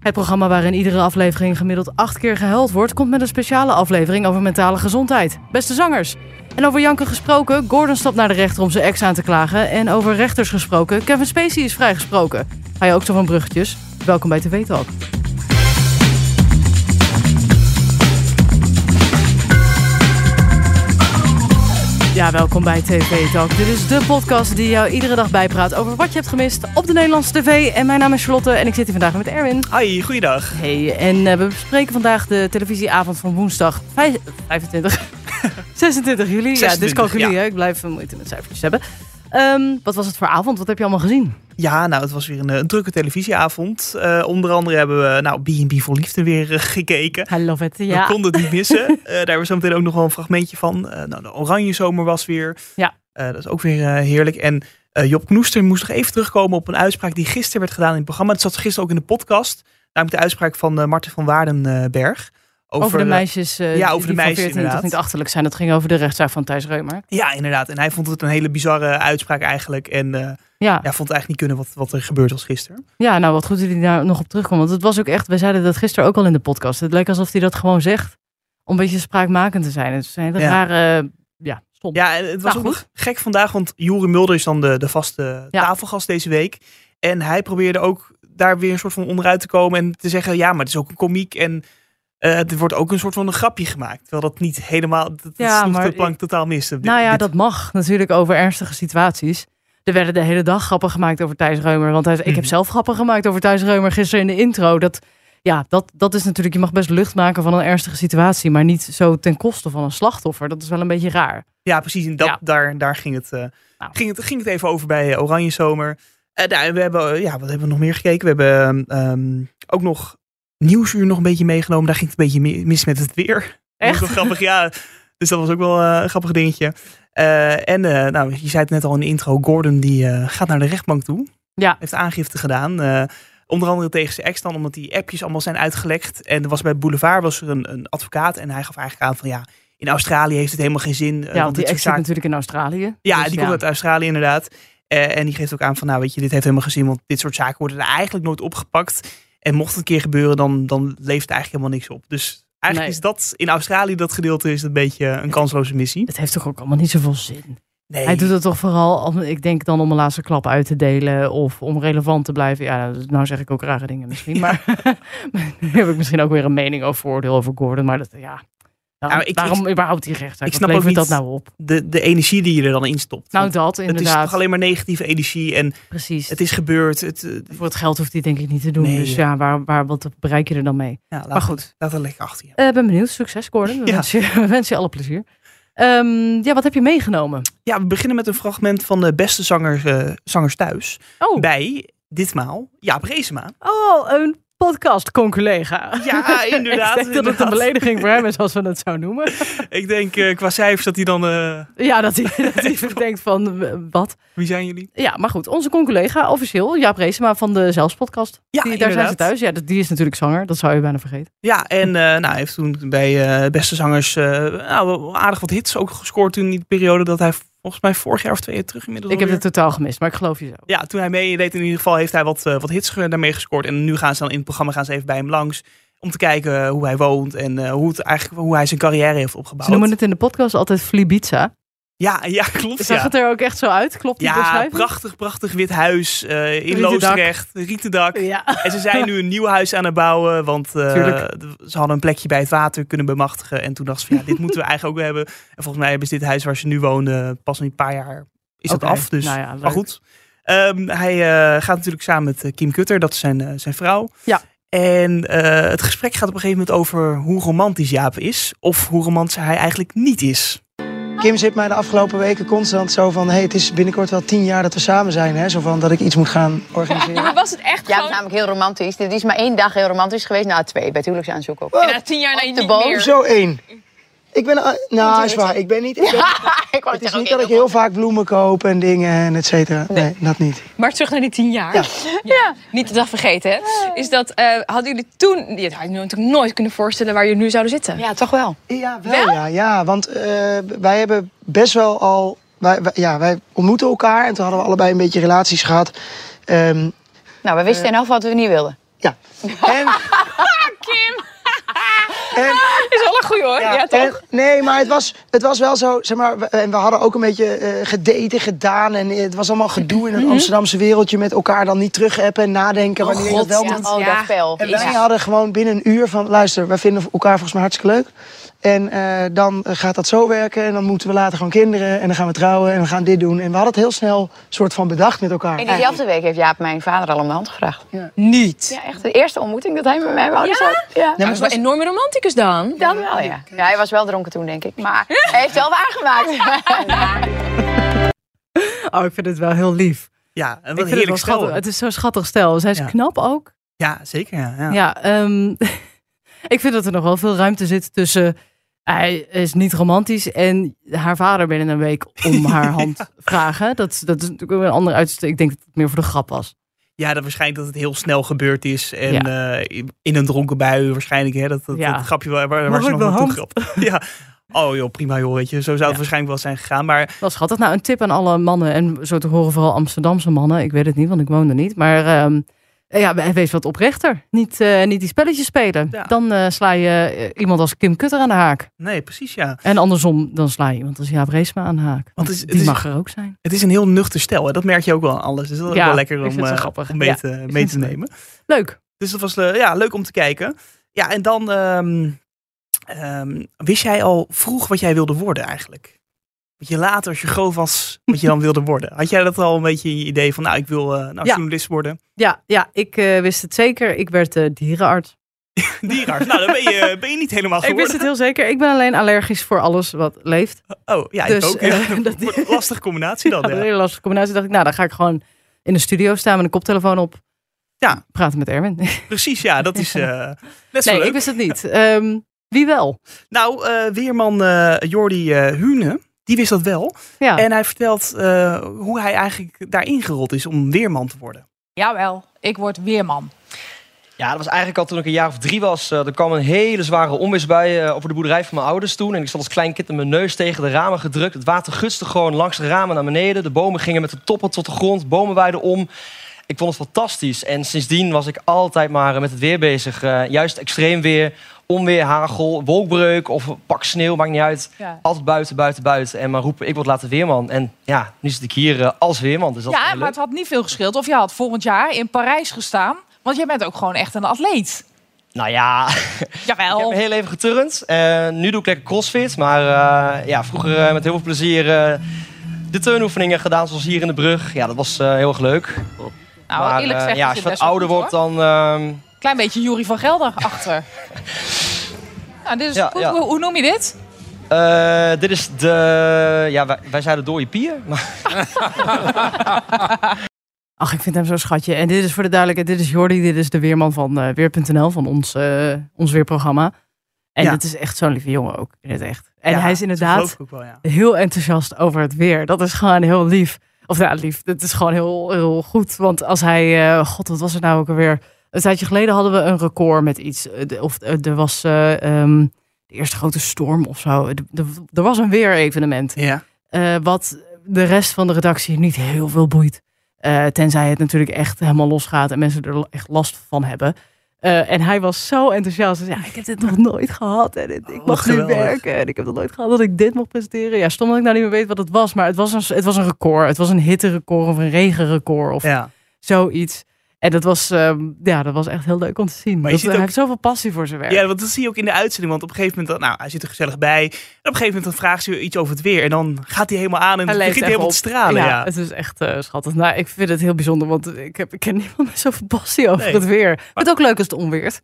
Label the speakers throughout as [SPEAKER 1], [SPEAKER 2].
[SPEAKER 1] Het programma waarin iedere aflevering gemiddeld acht keer gehuild wordt, komt met een speciale aflevering over mentale gezondheid. Beste zangers. En over Janken gesproken, Gordon stapt naar de rechter om zijn ex aan te klagen. En over rechters gesproken, Kevin Spacey is vrijgesproken. Ga je ook zo van bruggetjes? Welkom bij TV Talk. Ja, welkom bij TV Talk. Dit is de podcast die jou iedere dag bijpraat over wat je hebt gemist op de Nederlandse tv. En mijn naam is Charlotte en ik zit hier vandaag met Erwin.
[SPEAKER 2] Hi, goeiedag.
[SPEAKER 1] Hey, en eh, we bespreken vandaag de televisieavond van woensdag vijf- 25, 26 juli. ja, dus
[SPEAKER 2] 26,
[SPEAKER 1] calculeer,
[SPEAKER 2] ja.
[SPEAKER 1] hè. ik blijf eh, moeite met cijfertjes hebben. Ehm, wat was het voor avond? Wat heb je allemaal gezien?
[SPEAKER 2] Ja, nou, het was weer een, eh, een drukke televisieavond. Eh, onder andere hebben we nou, B&B voor Liefde weer eh, gekeken.
[SPEAKER 1] I love it,
[SPEAKER 2] We konden het niet missen. Eh, daar hebben we zo meteen ook nog wel een fragmentje van. Eh, nou, de Oranje Zomer was weer.
[SPEAKER 1] Ja.
[SPEAKER 2] Eh, dat is ook weer eh, heerlijk. En eh, Job Knoester moest nog even terugkomen op een uitspraak die gisteren werd gedaan in het programma. Dat zat gisteren ook in de podcast. Namelijk de uitspraak van eh, Marten van Waardenberg.
[SPEAKER 1] Over, de
[SPEAKER 2] eh,
[SPEAKER 1] meisjes eh,
[SPEAKER 2] ja,
[SPEAKER 1] die-
[SPEAKER 2] over
[SPEAKER 1] die
[SPEAKER 2] de
[SPEAKER 1] van
[SPEAKER 2] meisjes,
[SPEAKER 1] 14 toch
[SPEAKER 2] inderdaad.
[SPEAKER 1] niet achterlijk zijn. Dat ging over de rechtszaak van Thijs Reumer.
[SPEAKER 2] ja, inderdaad. En hij vond het een hele bizarre uitspraak eigenlijk. En eh,
[SPEAKER 1] Ja.
[SPEAKER 2] ja, vond het eigenlijk niet kunnen wat, wat er gebeurd was gisteren.
[SPEAKER 1] ja, nou wat goed dat hij daar nog op terugkomt. Want het was ook echt, we zeiden dat gisteren ook al in de podcast. Het leek alsof hij dat gewoon zegt om een beetje spraakmakend te zijn. Het is een hele
[SPEAKER 2] Ja.
[SPEAKER 1] rare, eh, ja, stom.
[SPEAKER 2] Ja, en het was
[SPEAKER 1] Nou,
[SPEAKER 2] ook
[SPEAKER 1] goed.
[SPEAKER 2] nog gek vandaag, want Joeri Mulder is dan de, de vaste
[SPEAKER 1] Ja.
[SPEAKER 2] tafelgast deze week. En hij probeerde ook daar weer een soort van onderuit te komen en te zeggen, ja, maar het is ook een komiek en eh, er wordt ook een soort van een grapje gemaakt. Terwijl dat niet helemaal, dat, dat
[SPEAKER 1] Ja,
[SPEAKER 2] sloeg
[SPEAKER 1] maar
[SPEAKER 2] de plank totaal mis. Dit-
[SPEAKER 1] Nou ja,
[SPEAKER 2] dit-
[SPEAKER 1] dat mag natuurlijk over ernstige situaties. Er werden de hele dag grappen gemaakt over Thijs Reumer. Want hij, ik heb
[SPEAKER 2] Mhm.
[SPEAKER 1] zelf grappen gemaakt over Thijs Reumer gisteren in de intro. Dat, ja, dat, dat is natuurlijk, je mag best lucht maken van een ernstige situatie. Maar niet zo ten koste van een slachtoffer. Dat is wel een beetje raar.
[SPEAKER 2] Ja, precies. En dat,
[SPEAKER 1] Ja.
[SPEAKER 2] Daar, daar ging, het, eh,
[SPEAKER 1] Nou.
[SPEAKER 2] ging, het, ging het even over bij eh, Oranje Zomer. Eh, nou, en we hebben, eh, ja, wat hebben we nog meer gekeken? We hebben ehm, ehm, ook nog Nieuwsuur nog een beetje meegenomen. Daar ging het een beetje mi- mis met het weer. Dat was
[SPEAKER 1] Echt?
[SPEAKER 2] wel grappig, ja. Dus dat was ook wel eh, een grappig dingetje. Eh, en eh, nou, je zei het net al in de intro, Gordon die eh, gaat naar de rechtbank toe.
[SPEAKER 1] Ja.
[SPEAKER 2] Heeft aangifte gedaan. eh, onder andere tegen zijn ex dan, omdat die appjes allemaal zijn uitgelekt. En er was bij Boulevard was er een, een advocaat en hij gaf eigenlijk aan van ja, in Australië heeft het helemaal geen zin. eh,
[SPEAKER 1] Ja, want die ex
[SPEAKER 2] dit soort
[SPEAKER 1] zit
[SPEAKER 2] zaken-
[SPEAKER 1] natuurlijk in Australië.
[SPEAKER 2] Ja,
[SPEAKER 1] Dus
[SPEAKER 2] die komt uit Australië inderdaad. Eh, en die geeft ook aan van nou weet je, dit heeft helemaal geen zin, want dit soort zaken worden er eigenlijk nooit opgepakt. En mocht het een keer gebeuren, dan, dan leeft er eigenlijk helemaal niks op. Dus eigenlijk
[SPEAKER 1] Nee.
[SPEAKER 2] is dat in Australië dat gedeelte is een beetje een kansloze missie.
[SPEAKER 1] Het heeft toch ook allemaal niet zoveel zin.
[SPEAKER 2] Nee.
[SPEAKER 1] Hij doet het toch vooral, om- ik denk dan om een laatste klap uit te delen. Of om relevant te blijven. Ja, nou zeg ik ook rare dingen misschien. Maar daar heb ik misschien ook weer een mening over voordeel over Gordon. Maar dat, ja, waarom,
[SPEAKER 2] Nou, ik- ik-
[SPEAKER 1] waarom überhaupt die rechtszaak?
[SPEAKER 2] ik
[SPEAKER 1] Wat
[SPEAKER 2] snap ook
[SPEAKER 1] levert dat
[SPEAKER 2] niet
[SPEAKER 1] nou op?
[SPEAKER 2] de, de energie die je er dan in stopt.
[SPEAKER 1] Nou
[SPEAKER 2] Want
[SPEAKER 1] dat,
[SPEAKER 2] het is
[SPEAKER 1] inderdaad.
[SPEAKER 2] toch alleen maar negatieve energie en
[SPEAKER 1] Precies.
[SPEAKER 2] het is gebeurd. Het, eh,
[SPEAKER 1] Voor het geld hoeft hij denk ik niet te doen.
[SPEAKER 2] Nee.
[SPEAKER 1] Dus ja, waar, waar, wat bereik je er dan mee?
[SPEAKER 2] ja, laat,
[SPEAKER 1] Maar goed.
[SPEAKER 2] laat dat lekker achter je.
[SPEAKER 1] Eh, ben benieuwd. Succes, Gordon. We,
[SPEAKER 2] Ja.
[SPEAKER 1] wensen, je, we wensen je alle plezier. Ehm, ja, wat heb je meegenomen?
[SPEAKER 2] Ja, we beginnen met een fragment van de beste zangers, eh, zangers thuis.
[SPEAKER 1] Oh,
[SPEAKER 2] Bij, ditmaal, Jaap Reesema.
[SPEAKER 1] oh een podcast-conculega.
[SPEAKER 2] Ja, inderdaad.
[SPEAKER 1] ik denk dat het een
[SPEAKER 2] inderdaad.
[SPEAKER 1] belediging voor hem is als we het zo noemen.
[SPEAKER 2] Ik denk eh, qua cijfers dat hij dan... eh,
[SPEAKER 1] Ja, dat hij, dat hij denkt van eh, wat.
[SPEAKER 2] wie zijn jullie?
[SPEAKER 1] Ja, maar goed, onze conculega officieel, Jaap Reesema van de Zelfspodcast.
[SPEAKER 2] Ja,
[SPEAKER 1] die, daar zijn
[SPEAKER 2] inderdaad.
[SPEAKER 1] ze thuis. Ja, dat- die is natuurlijk zanger. Dat zou je bijna vergeten.
[SPEAKER 2] Ja, en eh, nou, hij heeft toen bij eh, Beste Zangers eh, nou, wel aardig wat hits ook gescoord toen in die periode dat hij volgens mij vorig jaar of twee jaar terug inmiddels
[SPEAKER 1] Ik heb
[SPEAKER 2] alweer-
[SPEAKER 1] het totaal gemist, maar ik geloof je zo.
[SPEAKER 2] Ja, toen hij meedeed in ieder geval heeft hij wat, eh, wat hits ge- daarmee gescoord. En nu gaan ze dan in het programma gaan ze even bij hem langs om te kijken eh, hoe hij woont en eh, hoe, het eigenlijk, hoe hij zijn carrière heeft opgebouwd.
[SPEAKER 1] Ze noemen het in de podcast altijd Flibitza.
[SPEAKER 2] Ja, ja, klopt.
[SPEAKER 1] Zag
[SPEAKER 2] Ja,
[SPEAKER 1] het er ook echt zo uit? Klopt die
[SPEAKER 2] ja
[SPEAKER 1] beschrijving?
[SPEAKER 2] prachtig, prachtig wit huis eh, in
[SPEAKER 1] Rietendak.
[SPEAKER 2] Loosdrecht, Rietendak.
[SPEAKER 1] Ja.
[SPEAKER 2] En ze zijn nu een nieuw huis aan het bouwen, want eh,
[SPEAKER 1] Tuurlijk.
[SPEAKER 2] d- ze hadden een plekje bij het water kunnen bemachtigen. En toen dachten ze van, ja, dit moeten we eigenlijk ook hebben. En volgens mij hebben ze dit huis waar ze nu wonen pas een paar jaar is
[SPEAKER 1] Oké,
[SPEAKER 2] dat af. Dus,
[SPEAKER 1] nou ja, leuk.
[SPEAKER 2] maar goed. Ehm, hij eh, gaat natuurlijk samen met eh, Kim Kutter, dat is zijn, eh, zijn vrouw.
[SPEAKER 1] Ja.
[SPEAKER 2] En eh, het gesprek gaat op een gegeven moment over hoe romantisch Jaap is. Of hoe romantisch hij eigenlijk niet is.
[SPEAKER 3] Kim zit mij de afgelopen weken constant zo van... Hey, het is binnenkort wel tien jaar dat we samen zijn. Hè? Zo van dat ik iets moet gaan organiseren.
[SPEAKER 4] Maar was het echt
[SPEAKER 5] Ja, dat is
[SPEAKER 4] gewoon...
[SPEAKER 5] namelijk heel romantisch. Dit is maar één dag heel romantisch geweest. Nou, twee bij het huwelijksaanzoek
[SPEAKER 3] Oh,
[SPEAKER 5] ook.
[SPEAKER 6] nou,
[SPEAKER 4] na tien jaar nee,
[SPEAKER 5] de
[SPEAKER 4] niet
[SPEAKER 5] boom
[SPEAKER 4] meer.
[SPEAKER 3] Zo één. Ik ben... ah, Nou,
[SPEAKER 5] weet
[SPEAKER 3] is waar.
[SPEAKER 5] het.
[SPEAKER 3] Ik ben niet... ik ben-
[SPEAKER 5] ik wou
[SPEAKER 3] Het is
[SPEAKER 5] zeggen,
[SPEAKER 3] niet
[SPEAKER 5] oké,
[SPEAKER 3] dat ik heel vaak bloemen koop en dingen en et cetera. Nee, dat niet.
[SPEAKER 4] Maar terug naar die tien jaar.
[SPEAKER 3] Ja.
[SPEAKER 4] Niet te dag vergeten, hè? Is dat, eh, hadden jullie toen... Dit had je natuurlijk nooit kunnen voorstellen waar jullie nu zouden zitten.
[SPEAKER 5] Ja, toch wel.
[SPEAKER 3] Ja, wel, Ja, ja, want eh, wij hebben best wel al... Wij, wij- ja, wij ontmoeten elkaar en toen hadden we allebei een beetje relaties gehad. Ehm,
[SPEAKER 5] Nou, we wisten in elk geval wat we niet wilden.
[SPEAKER 3] ja, En,
[SPEAKER 4] Kim,
[SPEAKER 3] en,
[SPEAKER 4] is wel een goeie hoor. Ja, toch?
[SPEAKER 3] en- nee, maar het was, het was wel zo, zeg maar, we, en we hadden ook een beetje eh gedaten gedaan. En het was allemaal gedoe in
[SPEAKER 4] Mhm.
[SPEAKER 3] het Amsterdamse wereldje met elkaar dan niet terugappen en nadenken wanneer je het wel
[SPEAKER 5] Ja,
[SPEAKER 3] moet.
[SPEAKER 5] oh,
[SPEAKER 4] Ja.
[SPEAKER 5] dat spel.
[SPEAKER 3] En
[SPEAKER 5] Ja.
[SPEAKER 3] wij hadden gewoon binnen een uur van, luister, wij vinden elkaar volgens mij hartstikke leuk. En eh, dan eh, gaat dat zo werken en dan moeten we later gewoon kinderen en dan gaan we trouwen en we gaan dit doen. En we hadden het heel snel soort van bedacht met elkaar.
[SPEAKER 5] En diezelfde week heeft Jaap mijn vader al om de hand gevraagd.
[SPEAKER 4] Niet.
[SPEAKER 5] Ja, echt. De eerste ontmoeting dat hij met mijn ouders
[SPEAKER 4] Ja?
[SPEAKER 5] had. Ja.
[SPEAKER 4] Hij
[SPEAKER 3] Nee, maar
[SPEAKER 4] is
[SPEAKER 3] het
[SPEAKER 4] wel
[SPEAKER 3] was-
[SPEAKER 4] een enorme romanticus dan.
[SPEAKER 5] Dan wel, ja. Ja, hij was wel dronken toen, denk ik. Maar hij heeft wel waargemaakt.
[SPEAKER 1] Oh, ik vind het wel heel lief.
[SPEAKER 2] Ja, en
[SPEAKER 1] Ik
[SPEAKER 2] wat
[SPEAKER 1] vind
[SPEAKER 2] een
[SPEAKER 1] het wel
[SPEAKER 2] heerlijk stel.
[SPEAKER 1] schattig. Het is zo'n schattig stel. Zij is
[SPEAKER 2] Ja.
[SPEAKER 1] knap ook.
[SPEAKER 2] Ja, zeker. Ja, ja.
[SPEAKER 1] Ja, ehm, ik vind dat er nog wel veel ruimte zit tussen. Hij is niet romantisch en haar vader binnen een week om haar hand vragen. Dat, dat is natuurlijk wel een ander uitsteek. Ik denk dat het meer voor de grap was.
[SPEAKER 2] Ja, dat waarschijnlijk dat het heel snel gebeurd is. En eh, in een dronken bui waarschijnlijk. Hè, dat, dat,
[SPEAKER 1] Ja.
[SPEAKER 2] dat grapje waar, waar,
[SPEAKER 1] Mag
[SPEAKER 2] waar ze
[SPEAKER 1] ik
[SPEAKER 2] nog
[SPEAKER 1] de
[SPEAKER 2] naartoe
[SPEAKER 1] hand?
[SPEAKER 2] grapt. Ja. Oh joh, prima joh, weet je. Zo zou het
[SPEAKER 1] Ja.
[SPEAKER 2] waarschijnlijk wel zijn gegaan. Maar
[SPEAKER 1] Wel schattig. Nou, een tip aan alle mannen. En zo te horen vooral Amsterdamse mannen. Ik weet het niet, want ik woon er niet. Maar ehm, ja, we- wees wat oprechter. Niet, eh, niet die spelletjes spelen.
[SPEAKER 2] Ja.
[SPEAKER 1] Dan eh, sla je eh, iemand als Kim Kutter aan de haak.
[SPEAKER 2] nee, precies ja.
[SPEAKER 1] En andersom, dan sla je iemand als Jaap Reesma aan de haak. Want
[SPEAKER 2] het is- het
[SPEAKER 1] die
[SPEAKER 2] is-
[SPEAKER 1] mag er ook zijn.
[SPEAKER 2] Het is een heel nuchter stel. Hè. Dat merk je ook wel aan alles. Dus dat is
[SPEAKER 1] Ja,
[SPEAKER 2] wel lekker
[SPEAKER 1] ik
[SPEAKER 2] om,
[SPEAKER 1] vind het wel
[SPEAKER 2] eh,
[SPEAKER 1] grappig.
[SPEAKER 2] om mee,
[SPEAKER 1] Ja,
[SPEAKER 2] te, mee
[SPEAKER 1] vind het
[SPEAKER 2] te
[SPEAKER 1] leuk.
[SPEAKER 2] nemen.
[SPEAKER 1] Leuk.
[SPEAKER 2] Dus dat was eh, ja, leuk om te kijken. Ja, en dan ehm, ehm, wist jij al vroeg wat jij wilde worden eigenlijk? Wat je later, als je groot was, wat je dan wilde worden. Had jij dat al een beetje in je idee van, nou, ik wil eh, nou,
[SPEAKER 1] Ja.
[SPEAKER 2] journalist worden?
[SPEAKER 1] Ja, ja ik eh, wist het zeker. Ik werd eh, dierenarts.
[SPEAKER 2] Dierenarts. Nou, dan ben je, ben je niet helemaal
[SPEAKER 1] Ik wist
[SPEAKER 2] geworden.
[SPEAKER 1] het heel zeker. Ik ben alleen allergisch voor alles wat leeft.
[SPEAKER 2] Oh, ja,
[SPEAKER 1] Dus,
[SPEAKER 2] ik ook.
[SPEAKER 1] eh,
[SPEAKER 2] Ja,
[SPEAKER 1] dat-
[SPEAKER 2] dat wordt een lastige combinatie dan.
[SPEAKER 1] Dat is een
[SPEAKER 2] Ja.
[SPEAKER 1] hele lastige combinatie. dacht ik, nou, dan ga ik gewoon in de studio staan met een koptelefoon op.
[SPEAKER 2] Ja.
[SPEAKER 1] Praten met Erwin. Nee,
[SPEAKER 2] Precies, ja, dat is eh best wel
[SPEAKER 1] ik
[SPEAKER 2] leuk.
[SPEAKER 1] wist het niet. Ehm, wie wel?
[SPEAKER 2] Nou, eh, weerman eh, Jordi eh Hune, die wist dat wel.
[SPEAKER 1] Ja.
[SPEAKER 2] En hij vertelt eh, hoe hij eigenlijk daarin gerold is om weerman te worden.
[SPEAKER 7] Jawel, ik word weerman.
[SPEAKER 6] Ja, dat was eigenlijk al toen ik een jaar of drie was. eh, er kwam een hele zware onweersbui eh, over de boerderij van mijn ouders toen. En ik zat als klein kind met mijn neus tegen de ramen gedrukt. Het water gutste gewoon langs de ramen naar beneden. De bomen gingen met de toppen tot de grond. Bomen waaiden om. Ik vond het fantastisch. En sindsdien was ik altijd maar eh, met het weer bezig. Eh, juist extreem weer, onweer, hagel, wolkbreuk of een pak sneeuw, maakt niet uit.
[SPEAKER 7] Ja,
[SPEAKER 6] Altijd buiten, buiten, buiten. En maar roepen, ik word later weerman. En ja, nu zit ik hier eh, als weerman. Dus dat is heel
[SPEAKER 7] ja
[SPEAKER 6] leuk.
[SPEAKER 7] maar het had niet veel geschild of je had volgend jaar in Parijs gestaan. Want jij bent ook gewoon echt een atleet.
[SPEAKER 6] Nou ja, Ik heb
[SPEAKER 7] Jawel.
[SPEAKER 6] mijn hele leven geturnd. Eh, nu doe ik lekker crossfit. Maar eh, ja, vroeger eh, met heel veel plezier eh, de turnoefeningen gedaan. Zoals hier in de brug. Ja, dat was eh, heel erg leuk.
[SPEAKER 7] Nou,
[SPEAKER 6] maar
[SPEAKER 7] eerlijk
[SPEAKER 6] eh,
[SPEAKER 7] gezegd
[SPEAKER 6] ja,
[SPEAKER 7] is
[SPEAKER 6] als
[SPEAKER 7] het
[SPEAKER 6] je wat
[SPEAKER 7] best wel
[SPEAKER 6] ouder
[SPEAKER 7] goed,
[SPEAKER 6] wordt,
[SPEAKER 7] hoor.
[SPEAKER 6] dan... ehm,
[SPEAKER 7] Klein beetje Jury van Gelder achter. nou, dit is
[SPEAKER 6] Ja,
[SPEAKER 7] goed.
[SPEAKER 6] ja.
[SPEAKER 7] Hoe, hoe noem je dit?
[SPEAKER 6] eh, dit is de... Ja, wij, wij zeiden dode pier. Maar
[SPEAKER 1] Ach, ik vind hem zo'n schatje. En dit is voor de duidelijkheid, dit is Jordi, dit is de weerman van eh, Weer.nl, van ons, eh, ons weerprogramma. En
[SPEAKER 2] Ja.
[SPEAKER 1] dat is echt zo'n lieve jongen ook, in het echt. En
[SPEAKER 2] Ja,
[SPEAKER 1] hij is
[SPEAKER 2] Dat
[SPEAKER 1] inderdaad
[SPEAKER 2] geloof ik ook wel, ja.
[SPEAKER 1] heel enthousiast over het weer. Dat is gewoon heel lief. Of nou, lief, dat is gewoon heel, heel goed. Want als hij, eh, god, wat was het nou ook alweer? Een tijdje geleden hadden we een record met iets. Eh, de- Of eh, er was eh, ehm, de eerste grote storm of zo. Er- Er er was een weerevenement.
[SPEAKER 2] Ja.
[SPEAKER 1] eh, wat de rest van de redactie niet heel veel boeit. Eh, tenzij het natuurlijk echt helemaal losgaat en mensen er echt last van hebben. Eh, en hij was zo enthousiast. Hij zei, ja, ik heb dit nog nooit gehad. En dit- ik
[SPEAKER 2] Oh,
[SPEAKER 1] mag
[SPEAKER 2] geweldig.
[SPEAKER 1] nu werken. En ik heb nog nooit gehad dat ik dit mocht presenteren. Ja, stom dat ik nou niet meer weet wat het was. Maar het was een, het was een record. Het was een hitterecord of een regenrecord of
[SPEAKER 2] ja.
[SPEAKER 1] zoiets. En dat was, ehm, ja, dat was echt heel leuk om te zien.
[SPEAKER 2] Maar je
[SPEAKER 1] Dat- eh,
[SPEAKER 2] ziet
[SPEAKER 1] hij
[SPEAKER 2] ook-
[SPEAKER 1] heeft zoveel passie voor zijn werk.
[SPEAKER 2] Ja, want dat zie je ook in de uitzending. Want op een gegeven moment, dan- nou, hij zit er gezellig bij. En op een gegeven moment dan vraagt ze iets over het weer. En dan gaat hij helemaal aan
[SPEAKER 1] Hij
[SPEAKER 2] en begint
[SPEAKER 1] leeft
[SPEAKER 2] hij
[SPEAKER 1] echt
[SPEAKER 2] helemaal
[SPEAKER 1] op.
[SPEAKER 2] te stralen. Ja,
[SPEAKER 1] het is echt eh, schattig. Nou, ik vind het heel bijzonder, want ik, heb, ik ken niemand met zoveel passie over
[SPEAKER 2] Nee.
[SPEAKER 1] het weer. Ik vind het ook leuk als het onweert.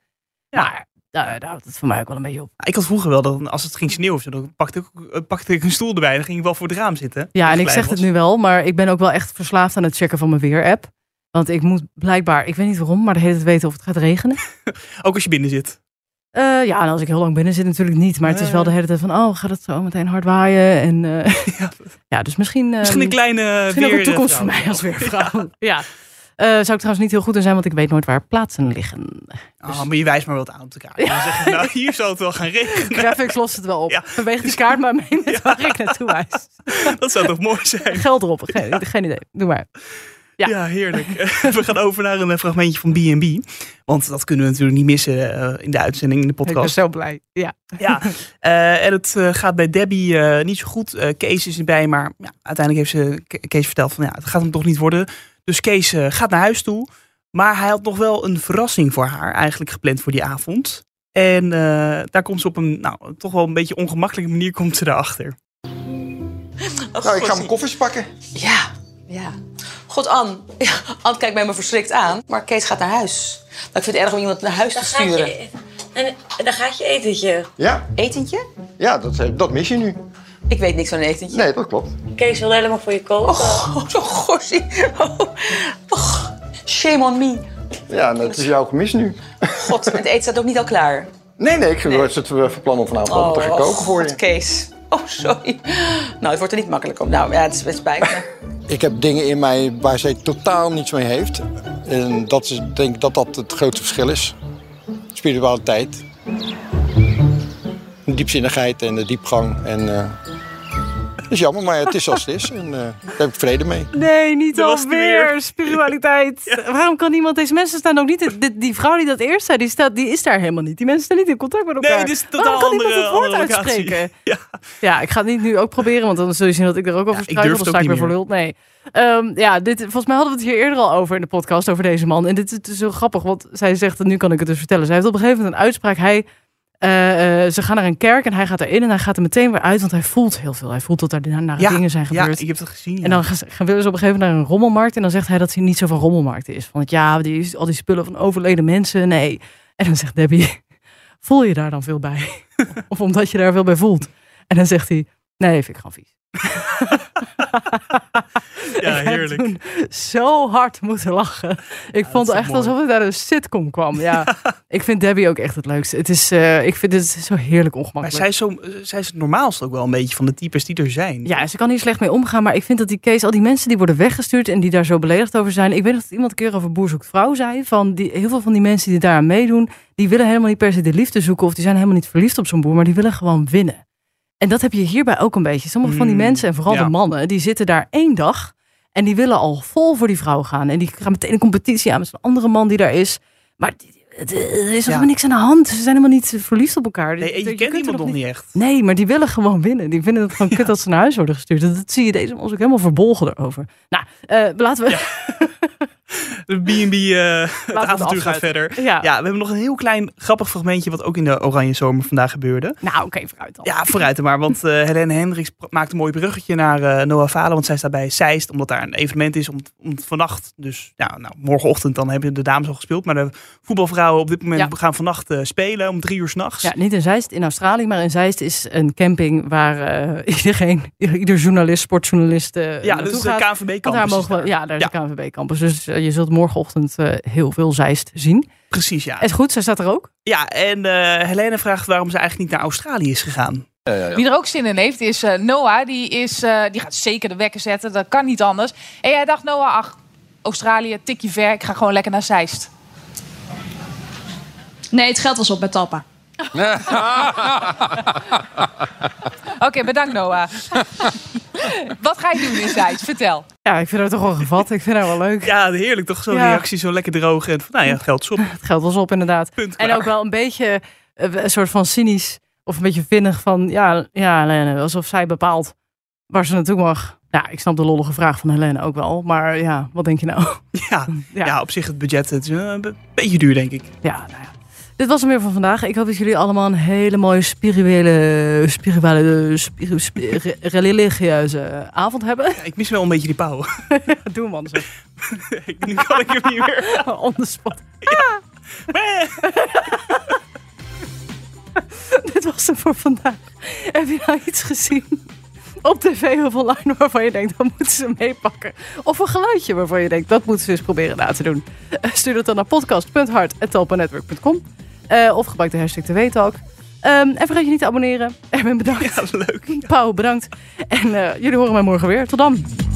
[SPEAKER 2] Ja.
[SPEAKER 1] Maar nou, daar houdt het voor mij ook wel een beetje op.
[SPEAKER 2] Ik had vroeger wel, dat als het ging sneeuwen of zo, dan pakte ik, ook- eh, pakte ik een stoel erbij. En dan ging ik wel voor het raam zitten.
[SPEAKER 1] Ja,
[SPEAKER 2] Als
[SPEAKER 1] en ik
[SPEAKER 2] blij
[SPEAKER 1] zeg
[SPEAKER 2] was.
[SPEAKER 1] het nu wel, maar ik ben ook wel echt verslaafd aan het checken van mijn weer-app. Want ik moet blijkbaar, ik weet niet waarom, maar de hele tijd weten of het gaat regenen.
[SPEAKER 2] Ook als je binnen zit.
[SPEAKER 1] Eh, ja, en als ik heel lang binnen zit natuurlijk niet. Maar het is wel de hele tijd van, oh, gaat het zo meteen hard waaien? En, eh,
[SPEAKER 2] Ja.
[SPEAKER 1] ja, dus misschien...
[SPEAKER 2] Misschien
[SPEAKER 1] ehm,
[SPEAKER 2] een kleine
[SPEAKER 1] Misschien
[SPEAKER 2] weer,
[SPEAKER 1] ook een toekomst
[SPEAKER 2] eh,
[SPEAKER 1] voor mij als weervrouw. Ja. Eh, zou ik trouwens niet heel goed in zijn, want ik weet nooit waar plaatsen liggen.
[SPEAKER 2] Oh, maar je wijst maar wat aan op elkaar. Dan zeg je, nou, hier zal het wel gaan regenen.
[SPEAKER 1] Graphics lost het wel op.
[SPEAKER 2] Ja.
[SPEAKER 1] Beweeg die kaart maar mee met waar ik naartoe wijs.
[SPEAKER 2] Dat zou toch mooi zijn?
[SPEAKER 1] Geld erop. Geen, geen idee. Doe maar. Ja.
[SPEAKER 2] Ja, heerlijk. we gaan over naar een eh, fragmentje van B&B. Want dat kunnen we natuurlijk niet missen eh, in de uitzending, in de
[SPEAKER 8] Ik ben
[SPEAKER 2] podcast.
[SPEAKER 8] zo blij. Ja.
[SPEAKER 2] Ja, eh, en het eh, gaat bij Debbie eh, niet zo goed. Eh, Kees is erbij, maar ja, uiteindelijk heeft ze Ke- Kees verteld van ja, het gaat hem toch niet worden. Dus Kees eh, gaat naar huis toe. Maar hij had nog wel een verrassing voor haar eigenlijk gepland voor die avond. En eh, daar komt ze op een nou, toch wel een beetje ongemakkelijke manier komt ze erachter.
[SPEAKER 9] Nou, ik ga mijn koffers pakken.
[SPEAKER 10] Ja, ja. God, Anne. Ja, Anne kijkt mij me verschrikt aan. Maar Kees gaat naar huis. Nou, ik vind het erg om iemand naar huis te sturen.
[SPEAKER 11] e- En dan gaat je etentje.
[SPEAKER 9] Ja,
[SPEAKER 10] Etentje?
[SPEAKER 9] ja dat, eh, dat mis je nu.
[SPEAKER 10] Ik weet niks van een etentje.
[SPEAKER 9] Nee, dat klopt.
[SPEAKER 11] Kees wil helemaal voor je koken.
[SPEAKER 10] Oh, zo'n gorsie. Oh, och, shame on me.
[SPEAKER 9] Ja, dat is jou gemis nu.
[SPEAKER 10] God, het eten staat ook niet al klaar.
[SPEAKER 9] Nee, nee, ik was het eh, van plan om vanavond
[SPEAKER 10] Oh,
[SPEAKER 9] wat te gaan koken voor
[SPEAKER 10] God,
[SPEAKER 9] je.
[SPEAKER 10] Kees. Oh, sorry. Nou, het wordt er niet makkelijk om. Nou, ja, het is best spijt me.
[SPEAKER 9] Ik heb dingen in mij waar zij totaal niets mee heeft. En dat is, ik denk dat dat het grote verschil is. Spiritualiteit. De diepzinnigheid en de diepgang. En, eh, dat is jammer, maar het is zoals het is. En eh, daar heb ik vrede mee.
[SPEAKER 1] Nee, niet
[SPEAKER 2] Daar was die
[SPEAKER 1] alweer. Spiritualiteit. Waarom kan niemand... Deze mensen staan ook niet... Die, die vrouw die dat eerst zei, die, staat, die is daar helemaal niet. Die mensen staan niet in contact met elkaar.
[SPEAKER 2] Nee, dit is een
[SPEAKER 1] Waarom kan
[SPEAKER 2] totaal andere,
[SPEAKER 1] niemand het woord
[SPEAKER 2] andere locatie.
[SPEAKER 1] uitspreken?
[SPEAKER 2] Ja.
[SPEAKER 1] Ja, ik ga het niet nu ook proberen, want dan zul je zien dat ik er ook over
[SPEAKER 2] ik
[SPEAKER 1] struikel.
[SPEAKER 2] durf
[SPEAKER 1] Dan
[SPEAKER 2] het
[SPEAKER 1] sta
[SPEAKER 2] ook
[SPEAKER 1] ik weer
[SPEAKER 2] niet
[SPEAKER 1] voor lul. Nee. Ehm, ja, dit, volgens mij hadden we het hier eerder al over in de podcast, over deze man. En dit is, het is heel grappig, want zij zegt, en nu kan ik het dus vertellen. Zij heeft op een gegeven moment een uitspraak. Hij, eh, eh, ze gaan naar een kerk en hij gaat erin en hij gaat er meteen weer uit, want hij voelt heel veel. Hij voelt dat er nare
[SPEAKER 2] Ja,
[SPEAKER 1] dingen zijn
[SPEAKER 2] Ja,
[SPEAKER 1] gebeurd.
[SPEAKER 2] ik heb dat gezien. ja.
[SPEAKER 1] En dan gaan ze- gaan willen ze op een gegeven moment naar een rommelmarkt. En dan zegt hij dat hij niet zo van rommelmarkten is. Want ja, die, is- al die spullen van overleden mensen, nee. En dan zegt Debbie, voel je daar dan veel bij? of omdat je daar veel bij voelt? En dan zegt hij, nee, vind ik gewoon vies.
[SPEAKER 2] ja,
[SPEAKER 1] Ik heb
[SPEAKER 2] heerlijk.
[SPEAKER 1] toen zo hard moeten lachen. Ik vond
[SPEAKER 2] dat is
[SPEAKER 1] het
[SPEAKER 2] toch
[SPEAKER 1] echt
[SPEAKER 2] mooi.
[SPEAKER 1] alsof het uit een sitcom kwam. Ja. ik vind Debbie ook echt het leukste. Het is, eh, ik vind het is zo heerlijk
[SPEAKER 2] Maar
[SPEAKER 1] ongemakkelijk.
[SPEAKER 2] zij is, zo, eh, zij is het normaalst ook wel een beetje van de types die er zijn.
[SPEAKER 1] Ja, ze kan hier slecht mee omgaan. Maar ik vind dat die case, al die mensen die worden weggestuurd en die daar zo beledigd over zijn. Ik weet nog dat iemand een keer over Boer zoekt vrouw zei. Van die, heel veel van die mensen die daaraan meedoen, die willen helemaal niet per se de liefde zoeken. Of die zijn helemaal niet verliefd op zo'n boer, maar die willen gewoon winnen. En dat heb je hierbij ook een beetje. Sommige van die
[SPEAKER 2] Mm,
[SPEAKER 1] mensen, en vooral
[SPEAKER 2] ja.
[SPEAKER 1] de mannen, die zitten daar één dag. En die willen al vol voor die vrouw gaan. En die gaan meteen een competitie aan met zo'n andere man die daar is. Maar die- het- er is helemaal niks aan de hand. Ze zijn helemaal niet verliefd op elkaar.
[SPEAKER 2] Nee, en je,
[SPEAKER 1] kunt
[SPEAKER 2] kent
[SPEAKER 1] er
[SPEAKER 2] iemand nog niet echt.
[SPEAKER 1] Nee, maar die willen gewoon winnen. Die vinden het gewoon kut dat ze naar huis worden gestuurd. Dat, dat zie je deze ons ook helemaal verbolgen erover. Nou, eh, laten we...
[SPEAKER 2] De B&B, eh, het
[SPEAKER 1] het
[SPEAKER 2] avontuur gaat
[SPEAKER 1] afsluiten.
[SPEAKER 2] verder.
[SPEAKER 1] Ja.
[SPEAKER 2] Ja, we hebben nog een heel klein grappig fragmentje wat ook in de Oranje Zomer vandaag gebeurde.
[SPEAKER 1] Nou, oké, vooruit dan.
[SPEAKER 2] Ja, vooruit er maar, want eh Helene Hendricks pra- maakt een mooi bruggetje naar eh Noah Valen, want zij staat bij Zeist, omdat daar een evenement is om, om vannacht, dus ja, nou, morgenochtend dan hebben de dames al gespeeld, maar de voetbalvrouwen op dit moment
[SPEAKER 1] Ja.
[SPEAKER 2] gaan vannacht eh, spelen om drie uur s'nachts.
[SPEAKER 1] Ja, niet in Zeist, in Australië, maar in Zeist is een camping waar eh, iedereen, ieder journalist, sportjournalist eh
[SPEAKER 2] Ja,
[SPEAKER 1] naartoe
[SPEAKER 2] dus de
[SPEAKER 1] gaat. Want daar
[SPEAKER 2] KNVB-campus. is
[SPEAKER 1] mogen we,
[SPEAKER 2] daar.
[SPEAKER 1] ja, daar is de KNVB-campus. Dus eh, je zult morgenochtend eh, heel veel Zeist zien.
[SPEAKER 2] Precies, ja.
[SPEAKER 1] Is goed, zij staat er ook.
[SPEAKER 2] Ja, en eh Helene vraagt waarom ze eigenlijk niet naar Australië is gegaan.
[SPEAKER 7] Wie er ook zin in heeft, is eh, Noah. Die, is, eh, die gaat zeker de wekker zetten. Dat kan niet anders. En jij dacht, Noah, ach, Australië, tikje ver. Ik ga gewoon lekker naar Zeist.
[SPEAKER 11] Nee, het geld was op bij Talpa.
[SPEAKER 7] Oké, bedankt, Noah. Wat ga je doen in Zeist? Vertel.
[SPEAKER 1] Ja, ik vind haar toch wel gevat. ik vind haar wel leuk.
[SPEAKER 2] Ja, heerlijk toch? Zo'n
[SPEAKER 1] Ja.
[SPEAKER 2] reactie, zo lekker droog. En van, nou ja, het geld is op.
[SPEAKER 1] Het geld was op, inderdaad.
[SPEAKER 2] Punt
[SPEAKER 1] En
[SPEAKER 2] klaar.
[SPEAKER 1] ook wel een beetje eh, een soort van cynisch of een beetje vinnig van ja, ja Helene, alsof zij bepaalt waar ze naartoe mag. Ja, ik snap de lollige vraag van Helene ook wel, maar ja, wat denk je nou?
[SPEAKER 2] Ja, ja.
[SPEAKER 1] Ja.
[SPEAKER 2] op zich het budget het is eh, een be- beetje duur, denk ik.
[SPEAKER 1] Ja, nou ja. Dit was hem weer van vandaag. Ik hoop dat jullie allemaal een hele mooie spirituele, spirituele, spiri- spiri- religieuze avond hebben.
[SPEAKER 2] Ja, ik mis wel een beetje die pauw.
[SPEAKER 1] Doe man, zeg.
[SPEAKER 2] nu kan ik hem niet meer.
[SPEAKER 1] on the spot. Dit was hem voor vandaag. Heb je nou iets gezien op tv of online waarvan je denkt, dat moeten ze meepakken? Of een geluidje waarvan je denkt, dat moeten ze eens proberen na te doen? Eh, Stuur dat dan naar podcast.hart.talpanetwork.com Eh, of gebruik de hashtag TWTalk. Ehm en vergeet je niet te abonneren. Erwin bedankt.
[SPEAKER 2] Ja, leuk.
[SPEAKER 1] Pauw bedankt. En eh, jullie horen mij morgen weer. Tot dan.